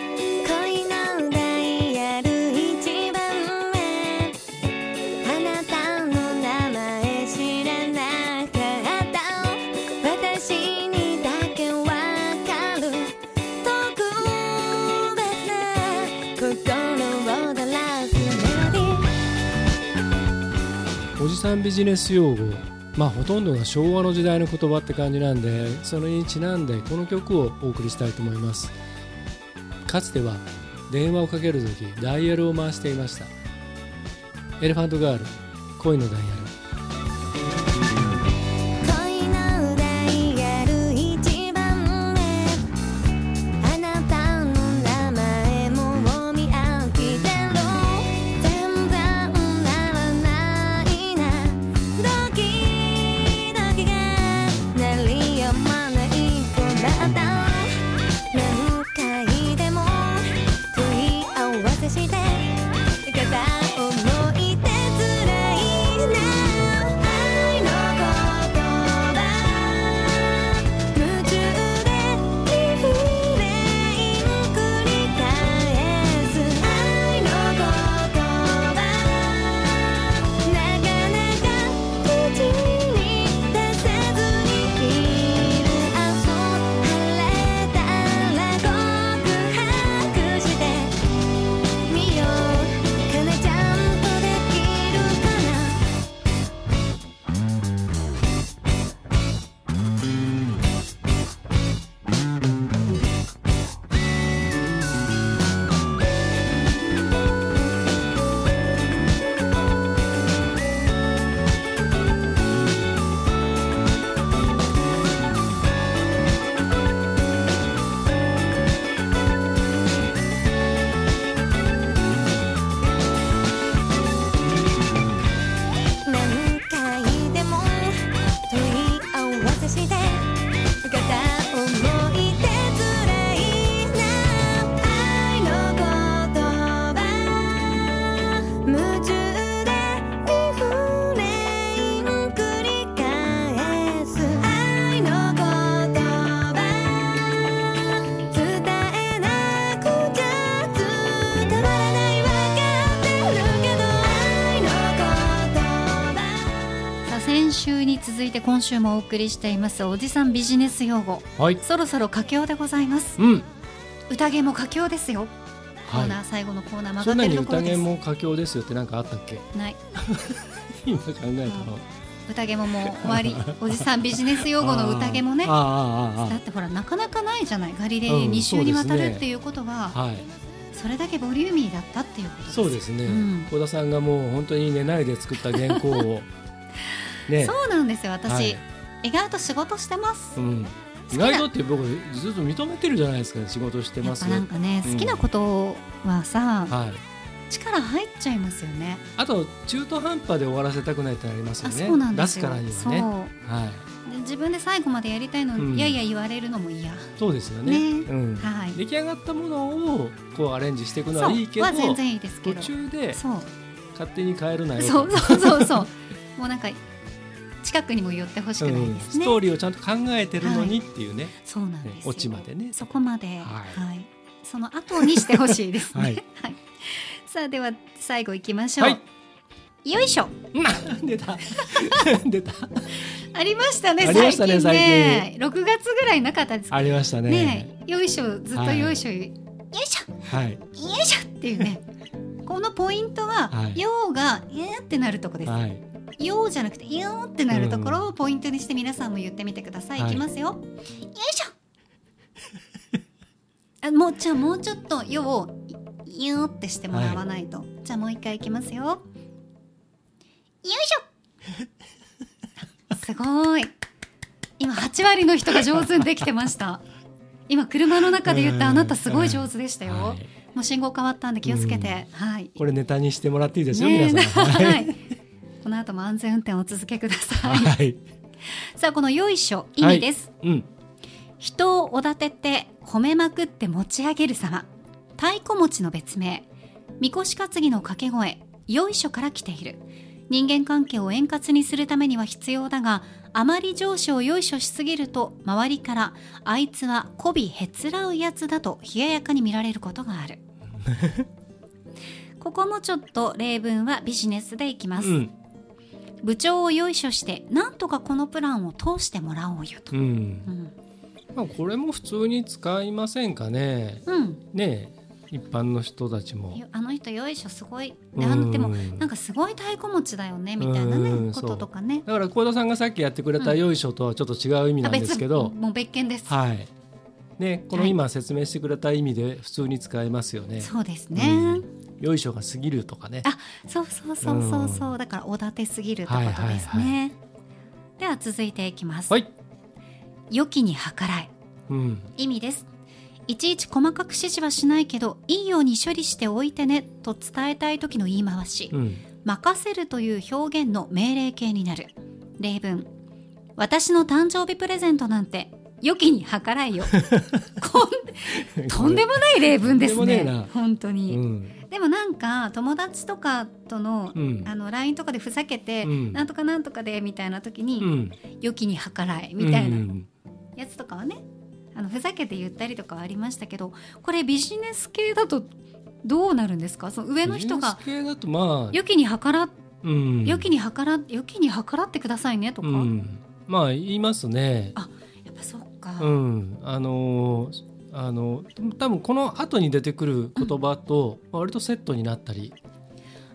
Speaker 3: のダイヤル一番目あなたの名前知らなかった私にだけわかる特別な心をだらすメロディー
Speaker 2: おじさんビジネス用語、まあほとんどが昭和の時代の言葉って感じなんで、それにちなんでこの曲をお送りしたいと思います。かつては電話をかけるときダイヤルを回していました。エレファントガール、恋のダイヤル。
Speaker 3: 恋のダイヤル一番目あなたの名前も見飽きてる全然ならないなドキドキが鳴りやまないこだった何回でも問い合わせして片思いでつらいな愛の言葉夢中でリフレイン繰り返す愛の言葉なかなか口に出せずにいる朝晴れたら告白してみようかなちゃんとできるかな何回でも問い合わせして片思いでつらいな愛の言葉夢中でリフレイン繰り返す愛の言葉伝えなくちゃ伝わらないわかってるけど愛の言葉
Speaker 1: さあ先週に続いて今週もお送りしていますおじさんビジネス用語
Speaker 2: はい、
Speaker 1: そろそろ佳境でございます
Speaker 2: うん、
Speaker 1: 宴も佳境ですよコーナー、
Speaker 2: は
Speaker 1: 最後のコーナー
Speaker 2: い。そ
Speaker 1: 曲
Speaker 2: ん
Speaker 1: が
Speaker 2: な
Speaker 1: って
Speaker 2: に
Speaker 1: るところで
Speaker 2: 宴
Speaker 1: す
Speaker 2: も佳境ですよってなんかあったっけ？
Speaker 1: ない
Speaker 2: 今考えたの。
Speaker 1: 宴ももう終わりおじさんビジネス用語の宴 もね
Speaker 2: ああ
Speaker 1: だ
Speaker 2: あああ
Speaker 1: ってほらなかなかないじゃないガリレ
Speaker 2: う
Speaker 1: ー
Speaker 2: ん
Speaker 1: 2週にわた
Speaker 2: そうです
Speaker 1: る
Speaker 2: ね
Speaker 1: っていうこと
Speaker 2: あ
Speaker 1: は
Speaker 2: はい。
Speaker 1: それだけボリューミーだったっていうことです
Speaker 2: そうですね、
Speaker 1: うん
Speaker 2: 小田さんがもう本当に寝ないで作った原稿を ね
Speaker 1: そうなんですよ
Speaker 2: は
Speaker 1: 私
Speaker 2: い
Speaker 1: 意外と仕事してます
Speaker 2: うん、
Speaker 1: き
Speaker 2: 意
Speaker 1: な
Speaker 2: 外とって僕ずっと認めてるじゃないですか、仕事して
Speaker 1: や
Speaker 2: ま
Speaker 1: っ
Speaker 2: す
Speaker 1: ぱなんかね
Speaker 2: うん
Speaker 1: 好きなことはさ
Speaker 2: はい、
Speaker 1: 力入っちゃいますよね
Speaker 2: あと中途半端で終わらせたくないってなりますよ
Speaker 1: あ
Speaker 2: ね
Speaker 1: そうなんです
Speaker 2: 出す
Speaker 1: よ
Speaker 2: からにはね
Speaker 1: そ
Speaker 2: は
Speaker 1: うで自分で最後までやりたいの
Speaker 2: うん
Speaker 1: にいやいや言われるのも嫌
Speaker 2: い、そうですよね
Speaker 1: ね
Speaker 2: うん
Speaker 1: はい
Speaker 2: 出来上がったものをこうアレンジしていくの
Speaker 1: そ
Speaker 2: はいいけ
Speaker 1: う
Speaker 2: ど
Speaker 1: は全然いいですけ
Speaker 2: 途
Speaker 1: ど
Speaker 2: 中で
Speaker 1: そう
Speaker 2: 勝手に変えるなよ
Speaker 1: そう
Speaker 2: と
Speaker 1: そうそうそう。もうなんか近くにも寄ってほしく
Speaker 2: う
Speaker 1: ない
Speaker 2: ん
Speaker 1: です
Speaker 2: ス
Speaker 1: ね。
Speaker 2: トーリーをちゃんと考えてるのにっていうね、
Speaker 1: そうなんですよ。
Speaker 2: 落ちまでね
Speaker 1: そこまで、はい、
Speaker 2: はい
Speaker 1: その後にしてほしいですね。は
Speaker 2: はいい。
Speaker 1: さあでは最後行きましょう。
Speaker 2: は
Speaker 1: よいしょ。
Speaker 2: うん 出た出た
Speaker 1: ありましたね。
Speaker 2: ありましたね
Speaker 1: 最近ね。六月ぐらいなかったですか
Speaker 2: ありましたね
Speaker 1: ね。よいしょずっと
Speaker 2: はい
Speaker 1: よいしょ、よいし
Speaker 2: はい
Speaker 1: ょよいしょっていうね。このポイントは「
Speaker 2: はい
Speaker 1: よう」が「えー」ってなるとこです
Speaker 2: はい
Speaker 1: 「よう」じゃなくて「よう」ってなるところをポイントにして皆さんも言ってみてください、
Speaker 2: はい
Speaker 1: い、きますよよいしょあもうじゃあもうちょっと「よ」を「よ」ってしてもらわないと、じゃあもう一回いきますよよいしょすごい今8割の人が上手にできてました今車の中で言ったあなたすごい上手でしたよ、
Speaker 2: はい
Speaker 1: もう信号変わったんで気をつけて、はい
Speaker 2: これネタにしてもらっていいですよ、
Speaker 1: ねえ
Speaker 2: 皆さん。
Speaker 1: はい。この後も安全運転をお続けください。
Speaker 2: はい。
Speaker 1: さあ、このよいしょ、意味です。
Speaker 2: うん。
Speaker 1: 人をおだてて褒めまくって持ち上げる様。太鼓持ちの別名。みこし担ぎの掛け声。よいしょから来ている。人間関係を円滑にするためには必要だが、あまり上司をよいしょしすぎると、周りから、あいつは媚びへつらうやつだと冷ややかに見られることがあ る。ここもちょっと例文はビジネスでいきます。
Speaker 2: うん。
Speaker 1: 部長をよいしょしてなんとかこのプランを通してもらおうよと、
Speaker 2: う。
Speaker 1: うんん
Speaker 2: まあ、これも普通に使いませんかね。
Speaker 1: うん
Speaker 2: ねえ、一般の人たちも。
Speaker 1: よあの人よいしょすごいであのでも
Speaker 2: うん
Speaker 1: なんかすごい太鼓持ちだよねみたいなね
Speaker 2: うん
Speaker 1: こととかね
Speaker 2: だから、幸田さんがさっきやってくれた
Speaker 1: うん
Speaker 2: よいしょとはちょっと違う意味
Speaker 1: あ
Speaker 2: なんですけ
Speaker 1: 別
Speaker 2: ど。
Speaker 1: もう別件です、
Speaker 2: はい。ね、この
Speaker 1: はい
Speaker 2: 今説明してくれた意味で普通に使えますよね。
Speaker 1: そうですね、
Speaker 2: うんよいしょが過ぎるとかね。
Speaker 1: あそうそうそうそうそうだからおだてすぎるってことですね、
Speaker 2: はいはい
Speaker 1: では続いていきます、
Speaker 2: はい。
Speaker 1: 良きに計らい
Speaker 2: うん。
Speaker 1: 意味ですいちいち細かく指示はしないけどいいように処理しておいてねと伝えたい時の言い回し、
Speaker 2: うん。
Speaker 1: 任せるという表現の命令形になる例文私の誕生日プレゼントなんて良きに計らえ よこん とんでもない例文です
Speaker 2: とん
Speaker 1: ね
Speaker 2: でもねえな
Speaker 1: 本当
Speaker 2: う
Speaker 1: に、
Speaker 2: ん。
Speaker 1: でもなんか友達とかとの,、
Speaker 2: うん
Speaker 1: あの LINE とかでふざけて、
Speaker 2: うん
Speaker 1: なんとかなんとかでみたいな時に、
Speaker 2: うん。
Speaker 1: 良きに計らえみたいな
Speaker 2: うん
Speaker 1: やつとかはねあのふざけて言ったりとかはありましたけどこれビジネス系だとどうなるんですかその上の人が
Speaker 2: ビジネス系だと、まあ。
Speaker 1: 良きに計らっ
Speaker 2: うん。
Speaker 1: 良きに計ら良きに計らってくださいねとか、
Speaker 2: うん、まあ言いますね。
Speaker 1: やっぱそっか、
Speaker 2: うん、あのーあの多分この後に出てくる言葉と割とセットになったり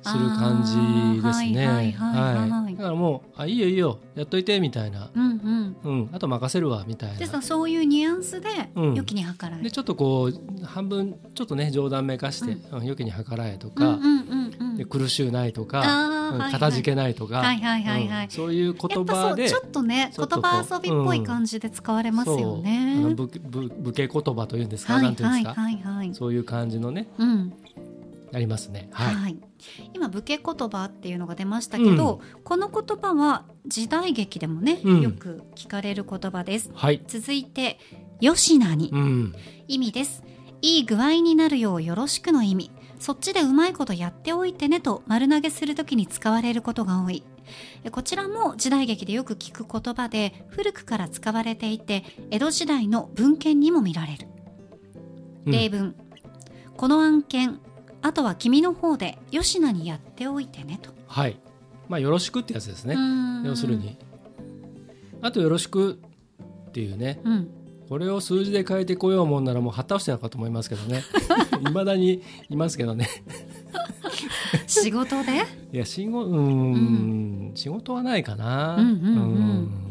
Speaker 2: する感じですね。
Speaker 1: あーはいはいはいはい
Speaker 2: はいだからもうあいいよいいよやっといてみたいな、
Speaker 1: うんうん
Speaker 2: うん、あと任せるわみたい
Speaker 1: で
Speaker 2: な
Speaker 1: さ。そういうニュアンスで
Speaker 2: うん
Speaker 1: 良きに計らい、
Speaker 2: でちょっとこう半分ちょっとね冗談めかして、うん、よきに計らえと
Speaker 1: うん
Speaker 2: か、
Speaker 1: うんうんうん
Speaker 2: で苦しゅうないとか、
Speaker 1: あーは
Speaker 2: うん
Speaker 1: いはい
Speaker 2: 片付けないとか、
Speaker 1: はいはいはいはい
Speaker 2: うんそういう
Speaker 1: や
Speaker 2: 言
Speaker 1: っぱそ
Speaker 2: 葉
Speaker 1: う
Speaker 2: で
Speaker 1: ちょっとね
Speaker 2: ち
Speaker 1: 言
Speaker 2: ょっとこう
Speaker 1: 葉遊びっぽい感じで使われますよね、
Speaker 2: そうあのぶぶ武家言葉というんですか、
Speaker 1: は
Speaker 2: ないんていうんで
Speaker 1: は
Speaker 2: す
Speaker 1: い
Speaker 2: か、
Speaker 1: はいはい
Speaker 2: そういう感じのね
Speaker 1: うん
Speaker 2: ありますね。
Speaker 1: は、
Speaker 2: はいい。
Speaker 1: 今武家言葉っていうのが出ましたけど、この言葉は時代劇でもね、
Speaker 2: うん
Speaker 1: よく聞かれる言葉です
Speaker 2: はい。
Speaker 1: 続いて吉名に
Speaker 2: うん。
Speaker 1: 意味ですいい具合になるようよろしくの意味そっちでうまいことやっておいてねと丸投げするときに使われることが多いえこちらも時代劇でよく聞く言葉で古くから使われていて江戸時代の文献にも見られる、
Speaker 2: うん
Speaker 1: 例文この案件あとは君の方で吉名にやっておいてねと
Speaker 2: はい。まあよろしくってやつです
Speaker 1: う
Speaker 2: ね。
Speaker 1: ーん
Speaker 2: 要するに。あとよろしくっていうね。
Speaker 1: うん
Speaker 2: これを数字で変えてこようもんならもう旗をしてなのかと思いますけど ね。いまだにいますけどね。
Speaker 1: 仕事で
Speaker 2: いや、仕事、うーん、仕事はないかな。
Speaker 1: うんうんうん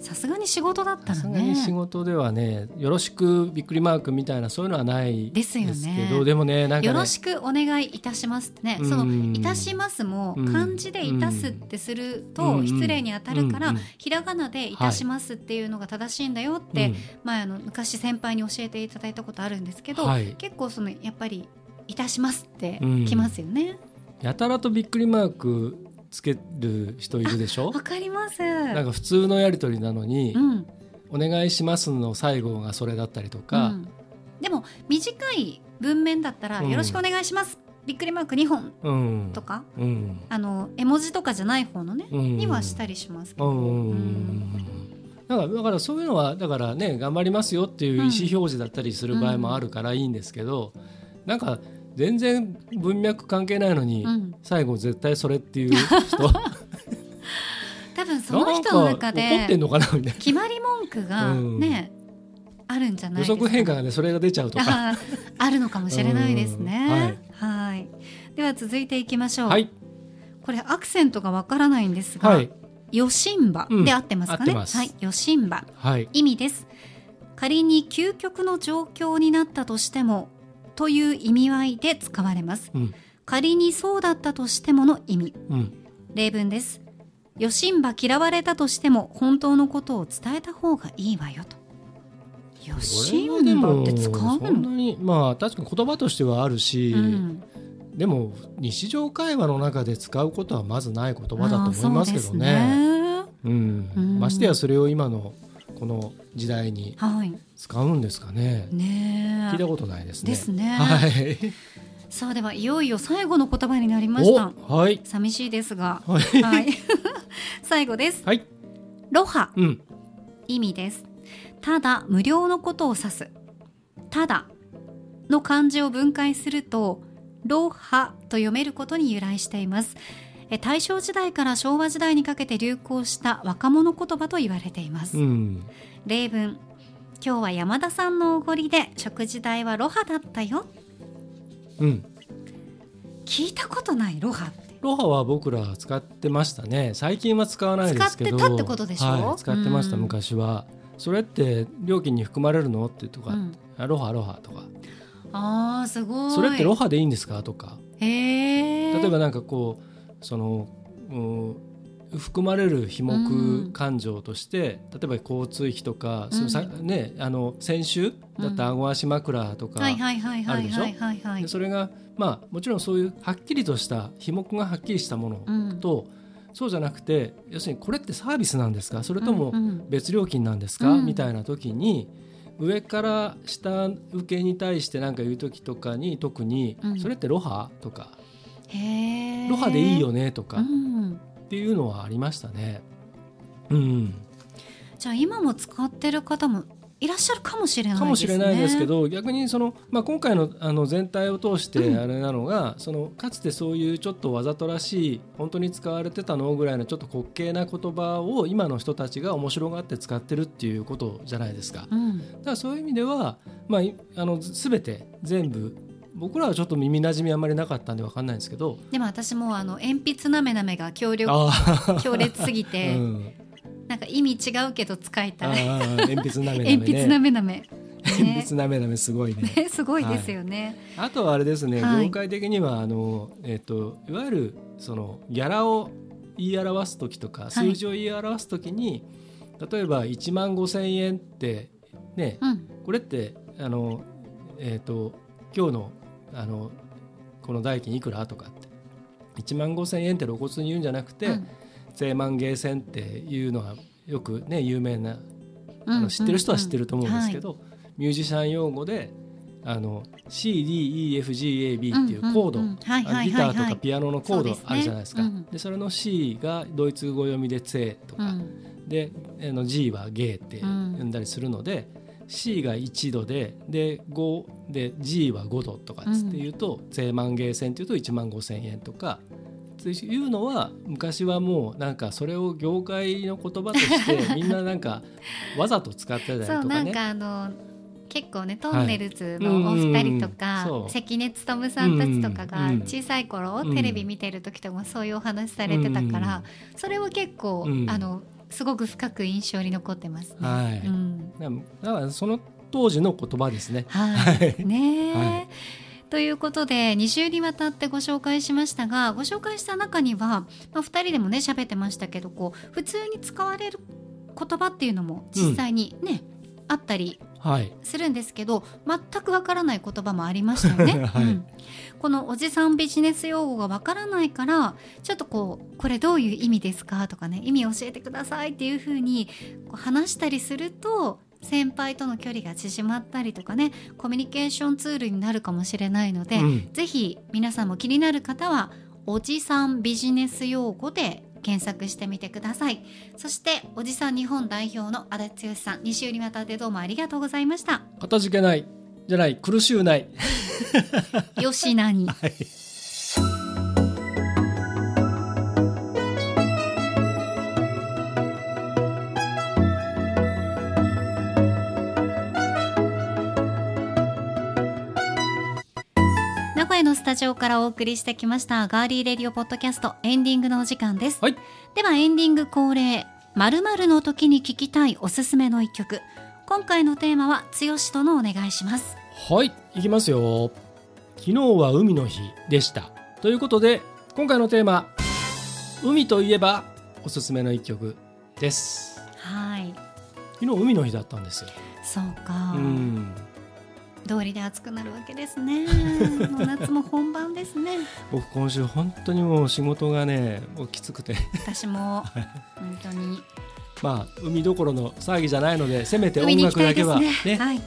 Speaker 1: さすがに仕事だっ
Speaker 2: うん
Speaker 1: た
Speaker 2: さ
Speaker 1: ら
Speaker 2: すが
Speaker 1: ね
Speaker 2: に仕事ではね、よろしくびっくりマークみたいなそういうのはない
Speaker 1: ですよね
Speaker 2: ですけど、でもね、なんかね、
Speaker 1: よろしくお願いいたしますってね、
Speaker 2: うん
Speaker 1: その「いたします」も
Speaker 2: うん
Speaker 1: 漢字で「いたす」ってする
Speaker 2: う
Speaker 1: と
Speaker 2: ん
Speaker 1: 失礼に当たるから、
Speaker 2: うん
Speaker 1: ひらがなで「いたします」っていうのが正しいんだよって、前あの昔先輩に教えていただいたことあるんですけど、
Speaker 2: はい
Speaker 1: 結構そのやっぱり「いたします」って
Speaker 2: うん
Speaker 1: きますよね。
Speaker 2: やたらとびっくりマークつける人いるでしょ
Speaker 1: わ、かります。
Speaker 2: なんか普通のやり取りなのに
Speaker 1: う、ん
Speaker 2: お願いしますの最後がそれだったりと
Speaker 1: う
Speaker 2: か、
Speaker 1: んでも短い文面だったら「
Speaker 2: うん
Speaker 1: よろしくお願いします」びっくりマーク2本
Speaker 2: うん、
Speaker 1: とか
Speaker 2: うん、
Speaker 1: あの絵文字とかじゃない方のね、
Speaker 2: うん
Speaker 1: にはしたりしますけ
Speaker 2: う
Speaker 1: ど。
Speaker 2: んうんう
Speaker 1: うん
Speaker 2: んだからだからそういうのはだからね頑張りますよっていう意思表示だったりする場合もあるからいいんですけど、なんか全然文脈関係ないのに、
Speaker 1: うん
Speaker 2: 最後絶対それっていう 人
Speaker 1: 多分その人の中
Speaker 2: なんか怒ってん
Speaker 1: で
Speaker 2: のかなみたい
Speaker 1: 決まり文句が
Speaker 2: うん
Speaker 1: ね、あるんじゃ
Speaker 2: な
Speaker 1: ないで
Speaker 2: 予
Speaker 1: すか
Speaker 2: 測変化がねそれが出ちゃうとか。
Speaker 1: あーあるのかもしれないですね、
Speaker 2: うん
Speaker 1: はいでは続いていきましょう、
Speaker 2: はい、
Speaker 1: これアクセントがわからないんですが、
Speaker 2: はい、
Speaker 1: ヨシンバ
Speaker 2: うん
Speaker 1: で合ってますか
Speaker 2: 合
Speaker 1: ね、
Speaker 2: ってます
Speaker 1: はい、ヨシンバ
Speaker 2: はい、
Speaker 1: 意味です仮に究極の状況になったとしてもという意味合いで使われます
Speaker 2: うん、
Speaker 1: 仮にそうだったとしてもの意味
Speaker 2: うん、
Speaker 1: 例文ですヨシンバ嫌われたとしても本当のことを伝えた方がいいわよとヨシ
Speaker 2: これはで
Speaker 1: ンバ
Speaker 2: も
Speaker 1: って使う
Speaker 2: そんな
Speaker 1: の
Speaker 2: にまあ確かに言葉としてはあるし、
Speaker 1: うん
Speaker 2: でも日常会話の中で使うことはまずない言葉だと
Speaker 1: あー
Speaker 2: 思いますけど
Speaker 1: そうで
Speaker 2: ね。
Speaker 1: すね
Speaker 2: うん
Speaker 1: うん
Speaker 2: ましてやそれを今のこの時代に
Speaker 1: はい
Speaker 2: 使うんですかね。
Speaker 1: ね
Speaker 2: 聞い
Speaker 1: え
Speaker 2: たことないですね。
Speaker 1: ですね
Speaker 2: はい。
Speaker 1: さあではいよいよ最後の言葉になりました
Speaker 2: おはい
Speaker 1: 寂しいですが
Speaker 2: はい
Speaker 1: はい 最後です
Speaker 2: はい
Speaker 1: ロハ
Speaker 2: うん
Speaker 1: 意味ですただ無料のことを指すただの漢字を分解するとロハと読めることに由来していますえ大正時代から昭和時代にかけて流行した若者言葉と言われています、
Speaker 2: うん
Speaker 1: 例文今日は山田さんのおごりで食事代はロハだったよ
Speaker 2: うん。
Speaker 1: 聞いたことないロハって
Speaker 2: ロハは僕ら使ってましたね。最近は使わないですけど。
Speaker 1: 使ってたってことでしょ
Speaker 2: はい、使ってました
Speaker 1: うん
Speaker 2: 昔は。それって料金に含まれるのってとか、
Speaker 1: うん
Speaker 2: あロハロハとか。
Speaker 1: あーすごい
Speaker 2: それってロハでいいんですかとか。
Speaker 1: へえ
Speaker 2: 例えばなんかこうその、うん、含まれる被
Speaker 1: うん
Speaker 2: 目感情として、例えば交通費とか、
Speaker 1: うん
Speaker 2: そのさねあの先週だった顎足枕とか、
Speaker 1: はいはいはいはいはいはいはい
Speaker 2: でそれがまあもちろんそういうはっきりとした被目がはっきりしたもの
Speaker 1: うん
Speaker 2: と、そうじゃなくて要するにこれってサービスなんですかそれと
Speaker 1: う
Speaker 2: も
Speaker 1: んうん
Speaker 2: 別料金なんですか、
Speaker 1: うん
Speaker 2: みたいな時に上から下受けに対して何か言う時とかに特に、
Speaker 1: うん
Speaker 2: それってロハとか
Speaker 1: へー
Speaker 2: ロハでいいよねとか
Speaker 1: う
Speaker 2: っ
Speaker 1: ん、
Speaker 2: ていうのはありましたね。うん、
Speaker 1: じゃあ今も使ってる方もいらっしゃるかもしれないですね
Speaker 2: かもしれないですけど、逆にその、まあ、今回のあの全体を通し
Speaker 1: う
Speaker 2: て
Speaker 1: ん
Speaker 2: あれなのが、そのかつてそういうちょっとわざとらしい本当に使われてたのぐらいのちょっと滑稽な言葉を今の人たちが面白がって使ってるっていうことじゃないですか。
Speaker 1: うん
Speaker 2: だからそういう意味では、まあ、いあの全て全部僕らはちょっと耳なじみあんまりなかったんで分かんないんですけど
Speaker 1: でも私もあの鉛筆なめなめが強力
Speaker 2: あ
Speaker 1: 強烈すぎ
Speaker 2: あ、
Speaker 1: て、
Speaker 2: うん、
Speaker 1: なんか意味違うけど使い
Speaker 2: あ
Speaker 1: たい、
Speaker 2: あ鉛筆なめなめ ね
Speaker 1: 鉛筆なめなめ
Speaker 2: 鉛筆なめなめすごいね。
Speaker 1: ねすごいですよね、
Speaker 2: あとはあれですね、
Speaker 1: はい
Speaker 2: 業界的にはあの、えっといわゆるそのギャラを言い表す時とか、
Speaker 1: い
Speaker 2: 数字を言い表す時に例えば1万5千円ってね、
Speaker 1: うん
Speaker 2: これってあの、えっと今日のあのこの代金いくらとかって1万5千円って露骨に言うんじゃなくて、
Speaker 1: うん
Speaker 2: 千万芸千っていうのはよくね有名な
Speaker 1: うん
Speaker 2: あの知ってる人は知ってると思うんですけ
Speaker 1: ど、
Speaker 2: ど、ミュージシャン用語であの CDEFGAB っていうコード、
Speaker 1: うんうんうんはいはいはいはい
Speaker 2: ギターとかピアノのコ
Speaker 1: そう
Speaker 2: ード
Speaker 1: ですね
Speaker 2: あるじゃないですかそ
Speaker 1: うん
Speaker 2: で、それの C がドイツ語読みで「ツェ」と
Speaker 1: はい
Speaker 2: か、であの G は「ゲー」って呼
Speaker 1: うん
Speaker 2: んだりするので、C が1度でで5で G は5度とかっつって言うと「千、万ゲー線」っていうと1万5千円とか。っていうのは昔はもうなんかそれを業界の言葉とし てみんななんかわざと使ってたり
Speaker 1: うん
Speaker 2: と
Speaker 1: そ
Speaker 2: かね
Speaker 1: うなんかあの結構ねトンネルズのお二人とか、
Speaker 2: はいうんうんうんそう
Speaker 1: 関根勤さんたちとかが
Speaker 2: うんうん
Speaker 1: 小さい頃、
Speaker 2: うん
Speaker 1: テレビ見てる時とかもそういうお話されてたから、それは結構、
Speaker 2: うん
Speaker 1: あのすごく深く印象に残ってますね。
Speaker 2: はい
Speaker 1: うん
Speaker 2: だからだからその当時の言葉ですね。
Speaker 1: はい、ねえ、
Speaker 2: はい
Speaker 1: ということで2週にわたってご紹介しましたがご紹介した中には、まあ、2人でもね喋ってましたけどこう普通に使われる言葉っていうのも実際にね、あったり
Speaker 2: はい。
Speaker 1: するんですけど全くわからない言葉もありま したよね、
Speaker 2: はい
Speaker 1: うんこのおじさんビジネス用語がわからないからちょっとこうこれどういう意味ですかとかね意味教えてくださいっていうふうにこう話したりすると先輩との距離が縮まったりとかねコミュニケーションツールになるかもしれないので、
Speaker 2: うん
Speaker 1: ぜひ皆さんも気になる方はおじさんビジネス用語で検索してみてくださいそしておじさん日本代表の足立剛さん2週にわたってどうもありがとうございました
Speaker 2: かたじけないじゃない苦しゅうない。
Speaker 1: よしなに。名古屋のスタジオ場からお送りしてきましたガーリーレディオポッドキャストエンディングのお時間です、
Speaker 2: はい
Speaker 1: ではエンディング恒例まるまるの時に聞きたいおすすめの一曲今回のテーマは剛とのお願いします
Speaker 2: はい、いきますよ。昨日は海の日でした。ということで、今回のテーマ、海といえばおすすめの一曲です。
Speaker 1: はい
Speaker 2: 昨日海の日だったんですよ。
Speaker 1: そうか、
Speaker 2: うん。
Speaker 1: 道理で暑くなるわけです ねもう夏も本番ですね
Speaker 2: 僕今週本当にもう仕事がね、もうきつくて、
Speaker 1: 私も本当に
Speaker 2: まあ海どころの騒ぎじゃないので、せめて
Speaker 1: 海
Speaker 2: 音
Speaker 1: に行き
Speaker 2: 楽
Speaker 1: たい
Speaker 2: だ
Speaker 1: で
Speaker 2: け
Speaker 1: すね
Speaker 2: はね。
Speaker 1: はい、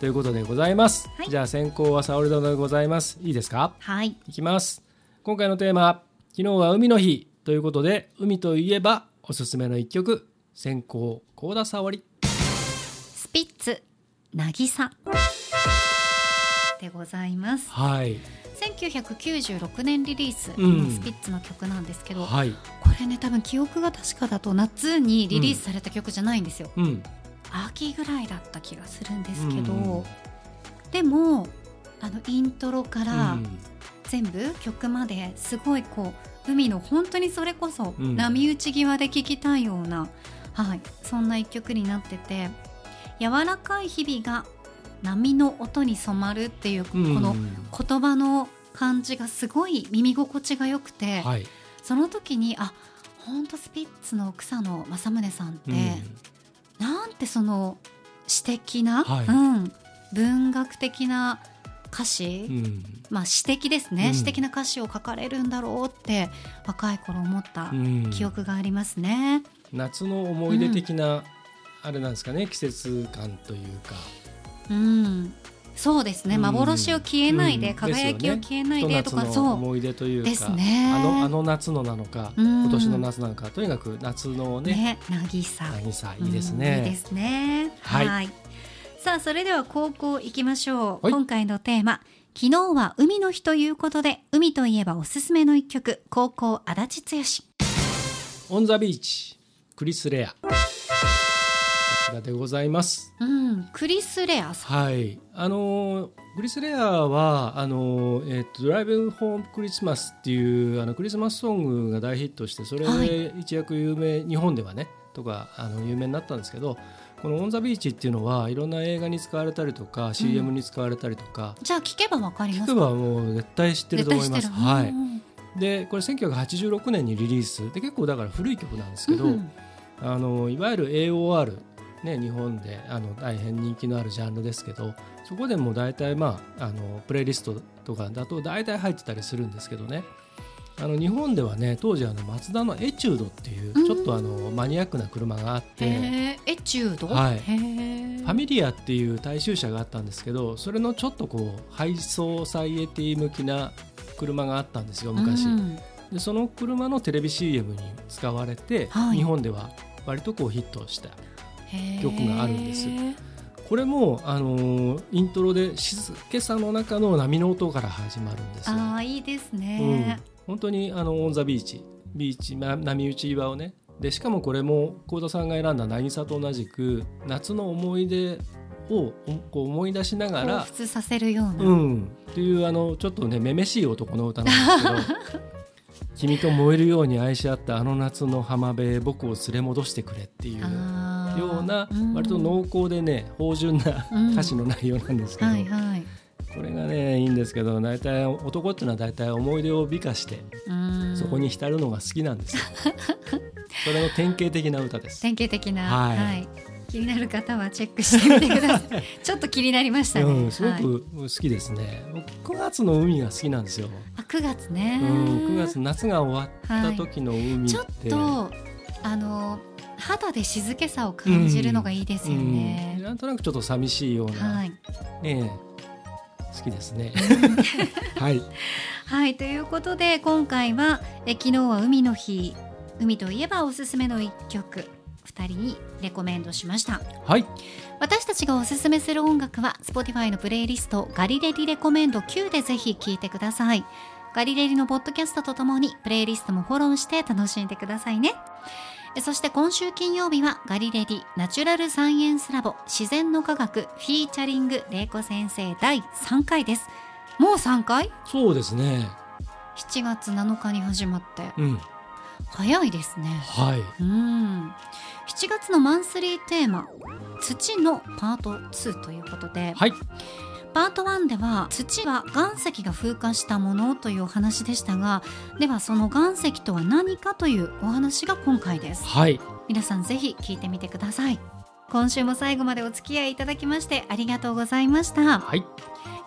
Speaker 2: ということでございます。
Speaker 1: はい
Speaker 2: じゃあ先行は沙織殿でございます。いいですか？
Speaker 1: はい、
Speaker 2: いきます。今回のテーマ、昨日は海の日ということで、海といえばおすすめの一曲、先行、高田沙織。
Speaker 1: スピッツ渚でございます
Speaker 2: はい。
Speaker 1: 1996年リリース
Speaker 2: うん
Speaker 1: のスピッツの曲なんですけど、こ
Speaker 2: はい。
Speaker 1: れね多分記憶が確かだと夏にリリースされた曲じゃないんですよ、
Speaker 2: うん。
Speaker 1: 秋ぐらいだった気がするんですけど、
Speaker 2: うん
Speaker 1: でもあのイントロから
Speaker 2: うん
Speaker 1: 全部曲まですごいこう海の本当にそれこそ
Speaker 2: うん
Speaker 1: 波打ち際で聴きたいような、はい、そんな一曲になってて柔らかい日々が波の音に染まるっていうこ
Speaker 2: うん
Speaker 1: の言葉の感じがすごい耳心地が良くて、
Speaker 2: はい。
Speaker 1: その時にあ本当スピッツの草野正宗さんって、なんてその詩的な、
Speaker 2: はい
Speaker 1: うん、文学的な歌詞、
Speaker 2: うんうん
Speaker 1: まあ詩的ですね、
Speaker 2: うん
Speaker 1: 詩的な歌詞を書かれるんだろうって若い頃思った
Speaker 2: うん
Speaker 1: 記憶がありますね。
Speaker 2: 夏の思い出的な、あれなんですかね、季節感というか、
Speaker 1: うん、そうですね
Speaker 2: うん
Speaker 1: 幻を消えないで、
Speaker 2: うん
Speaker 1: 輝きを消えな
Speaker 2: ひ
Speaker 1: い
Speaker 2: と
Speaker 1: でと
Speaker 2: 夏
Speaker 1: か、
Speaker 2: の
Speaker 1: そう
Speaker 2: 思い出というか、
Speaker 1: ですね
Speaker 2: あのあの夏のなのか、
Speaker 1: うん
Speaker 2: 今年の夏なのか、とにかく夏のね、
Speaker 1: ね渚、
Speaker 2: 渚いいです
Speaker 1: うんいいで
Speaker 2: ね。
Speaker 1: すね。は。
Speaker 2: はいい
Speaker 1: さあ、それでは高校行きましょう。
Speaker 2: はい
Speaker 1: 今回のテーマ、昨日は海の日ということで、海といえばおすすめの一曲、高校足立剛。
Speaker 2: オンザビーチ、クリスレア。こちらでございます。
Speaker 1: うん、クリス・レアさん。
Speaker 2: はい、あのーグリスレアはあのーえっとドライブホームクリスマスっていうあのクリスマスソングが大ヒットしてそれ
Speaker 1: はい
Speaker 2: で一躍有名、日本ではねとかあの有名になったんですけどこの「オン・ザ・ビーチ」っていうのはいろんな映画に使われたりとか CM に使われたりとか、
Speaker 1: じゃあ聞けばわかりま
Speaker 2: 聞
Speaker 1: す
Speaker 2: けばもう絶対知ってると思います。
Speaker 1: 絶対知ってる
Speaker 2: は
Speaker 1: う
Speaker 2: い、
Speaker 1: ん
Speaker 2: でこれ1986年にリリースで結構だから古い曲なんですけど、
Speaker 1: うん
Speaker 2: あのいわゆる AOR、ね、日本であの大変人気のあるジャンルですけどそこでも大体、まあ、あのプレイリストとかだと大体入ってたりするんですけどねあの日本ではね当時あの松田のエチュードっていう
Speaker 1: うん
Speaker 2: ちょっとあのマニアックな車があって。
Speaker 1: へえ、エチュード。
Speaker 2: はい
Speaker 1: へえ。
Speaker 2: ファミリアっていう大衆車があったんですけどそれのちょっとこうハイソーサイエティ向きな車があったんですよ昔、
Speaker 1: うん
Speaker 2: でその車のテレビ CM に使われて、
Speaker 1: はい
Speaker 2: 日本では割とこうヒットした
Speaker 1: へえ
Speaker 2: 曲があるんですこれも、あのーイントロで静けさの中の波の音から始まるんですよ。
Speaker 1: ああ、いいです
Speaker 2: うん
Speaker 1: ね。、
Speaker 2: 本当にあのオン・ザ・ビーチビーチ、ま、波打ち岩をねでしかもこれも幸田さんが選んだ渚と同じく夏の思い出をおこう思い出しなが
Speaker 1: 彷
Speaker 2: ら
Speaker 1: 彿させるような。
Speaker 2: うん、っていうあのちょっとねめめしい男の歌なんですけど君と燃えるように愛し合ったあの夏の浜辺へ僕を連れ戻してくれっていう
Speaker 1: あー
Speaker 2: ような
Speaker 1: うん
Speaker 2: 割と濃厚でね芳醇な
Speaker 1: うん
Speaker 2: 歌詞の内容なんですけど、
Speaker 1: はいはい。
Speaker 2: これがねいいんですけど大体男っていうのは大体思い出を美化して
Speaker 1: うん
Speaker 2: そこに浸るのが好きなんで すよ。それの典型的な歌です。
Speaker 1: 典型的な、は
Speaker 2: はいい
Speaker 1: 気になる方はチェックしてみてくださ いちょっと気になりましたね、
Speaker 2: うん、すご
Speaker 1: はい、
Speaker 2: く好きですね。僕9月の海が好きなんですよ。
Speaker 1: あ9月ね、
Speaker 2: うん、9月夏が終わった時の海って、
Speaker 1: ちょっとあの肌で静けさを感じるのがいいですよね、
Speaker 2: うんなんとなくちょっと寂しいような、
Speaker 1: はい、
Speaker 2: ええ好きで すね。はい、
Speaker 1: はい、ということで今回はえ昨日は海の日海といえばおすすめの一曲2人にレコメンドしました
Speaker 2: はい、
Speaker 1: 私たちがおすすめする音楽は Spotify のプレイリスト「ガリレディレコメンド Q」でぜひ聴いてくださいガリレディのポッドキャストとともにプレイリストもフォローして楽しんでくださいねえそして今週金曜日はガリレディナチュラルサイエンスラボ自然の科学フィーチャリング玲子先生第3回ですもう3回
Speaker 2: そうですね
Speaker 1: ?7 月7日に始まって
Speaker 2: うん
Speaker 1: 早いですね
Speaker 2: はい
Speaker 1: うん7月のマンスリーテーマ「土」のパート2ということで、
Speaker 2: はい
Speaker 1: パート1では土は岩石が風化したものというお話でしたがではその岩石とは何かというお話が今回です
Speaker 2: はい
Speaker 1: 皆さんぜひ聞いてみてください今週も最後までお付き合いいただきましてありがとうございました
Speaker 2: はい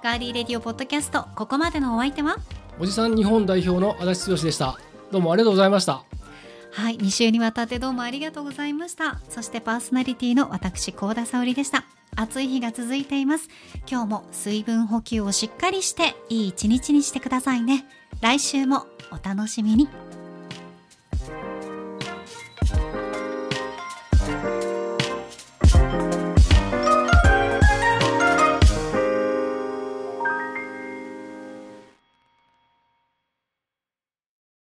Speaker 1: ガーリーレディオポッドキャストここまでのお相手は
Speaker 2: おじさん日本代表の足立剛でしたどうもありがとうございました
Speaker 1: はい2週にわたってどうもありがとうございましたそしてパーソナリティの私高田沙織でした暑い日が続いています今日も水分補給をしっかりしていい一日にしてくださいね来週もお楽しみに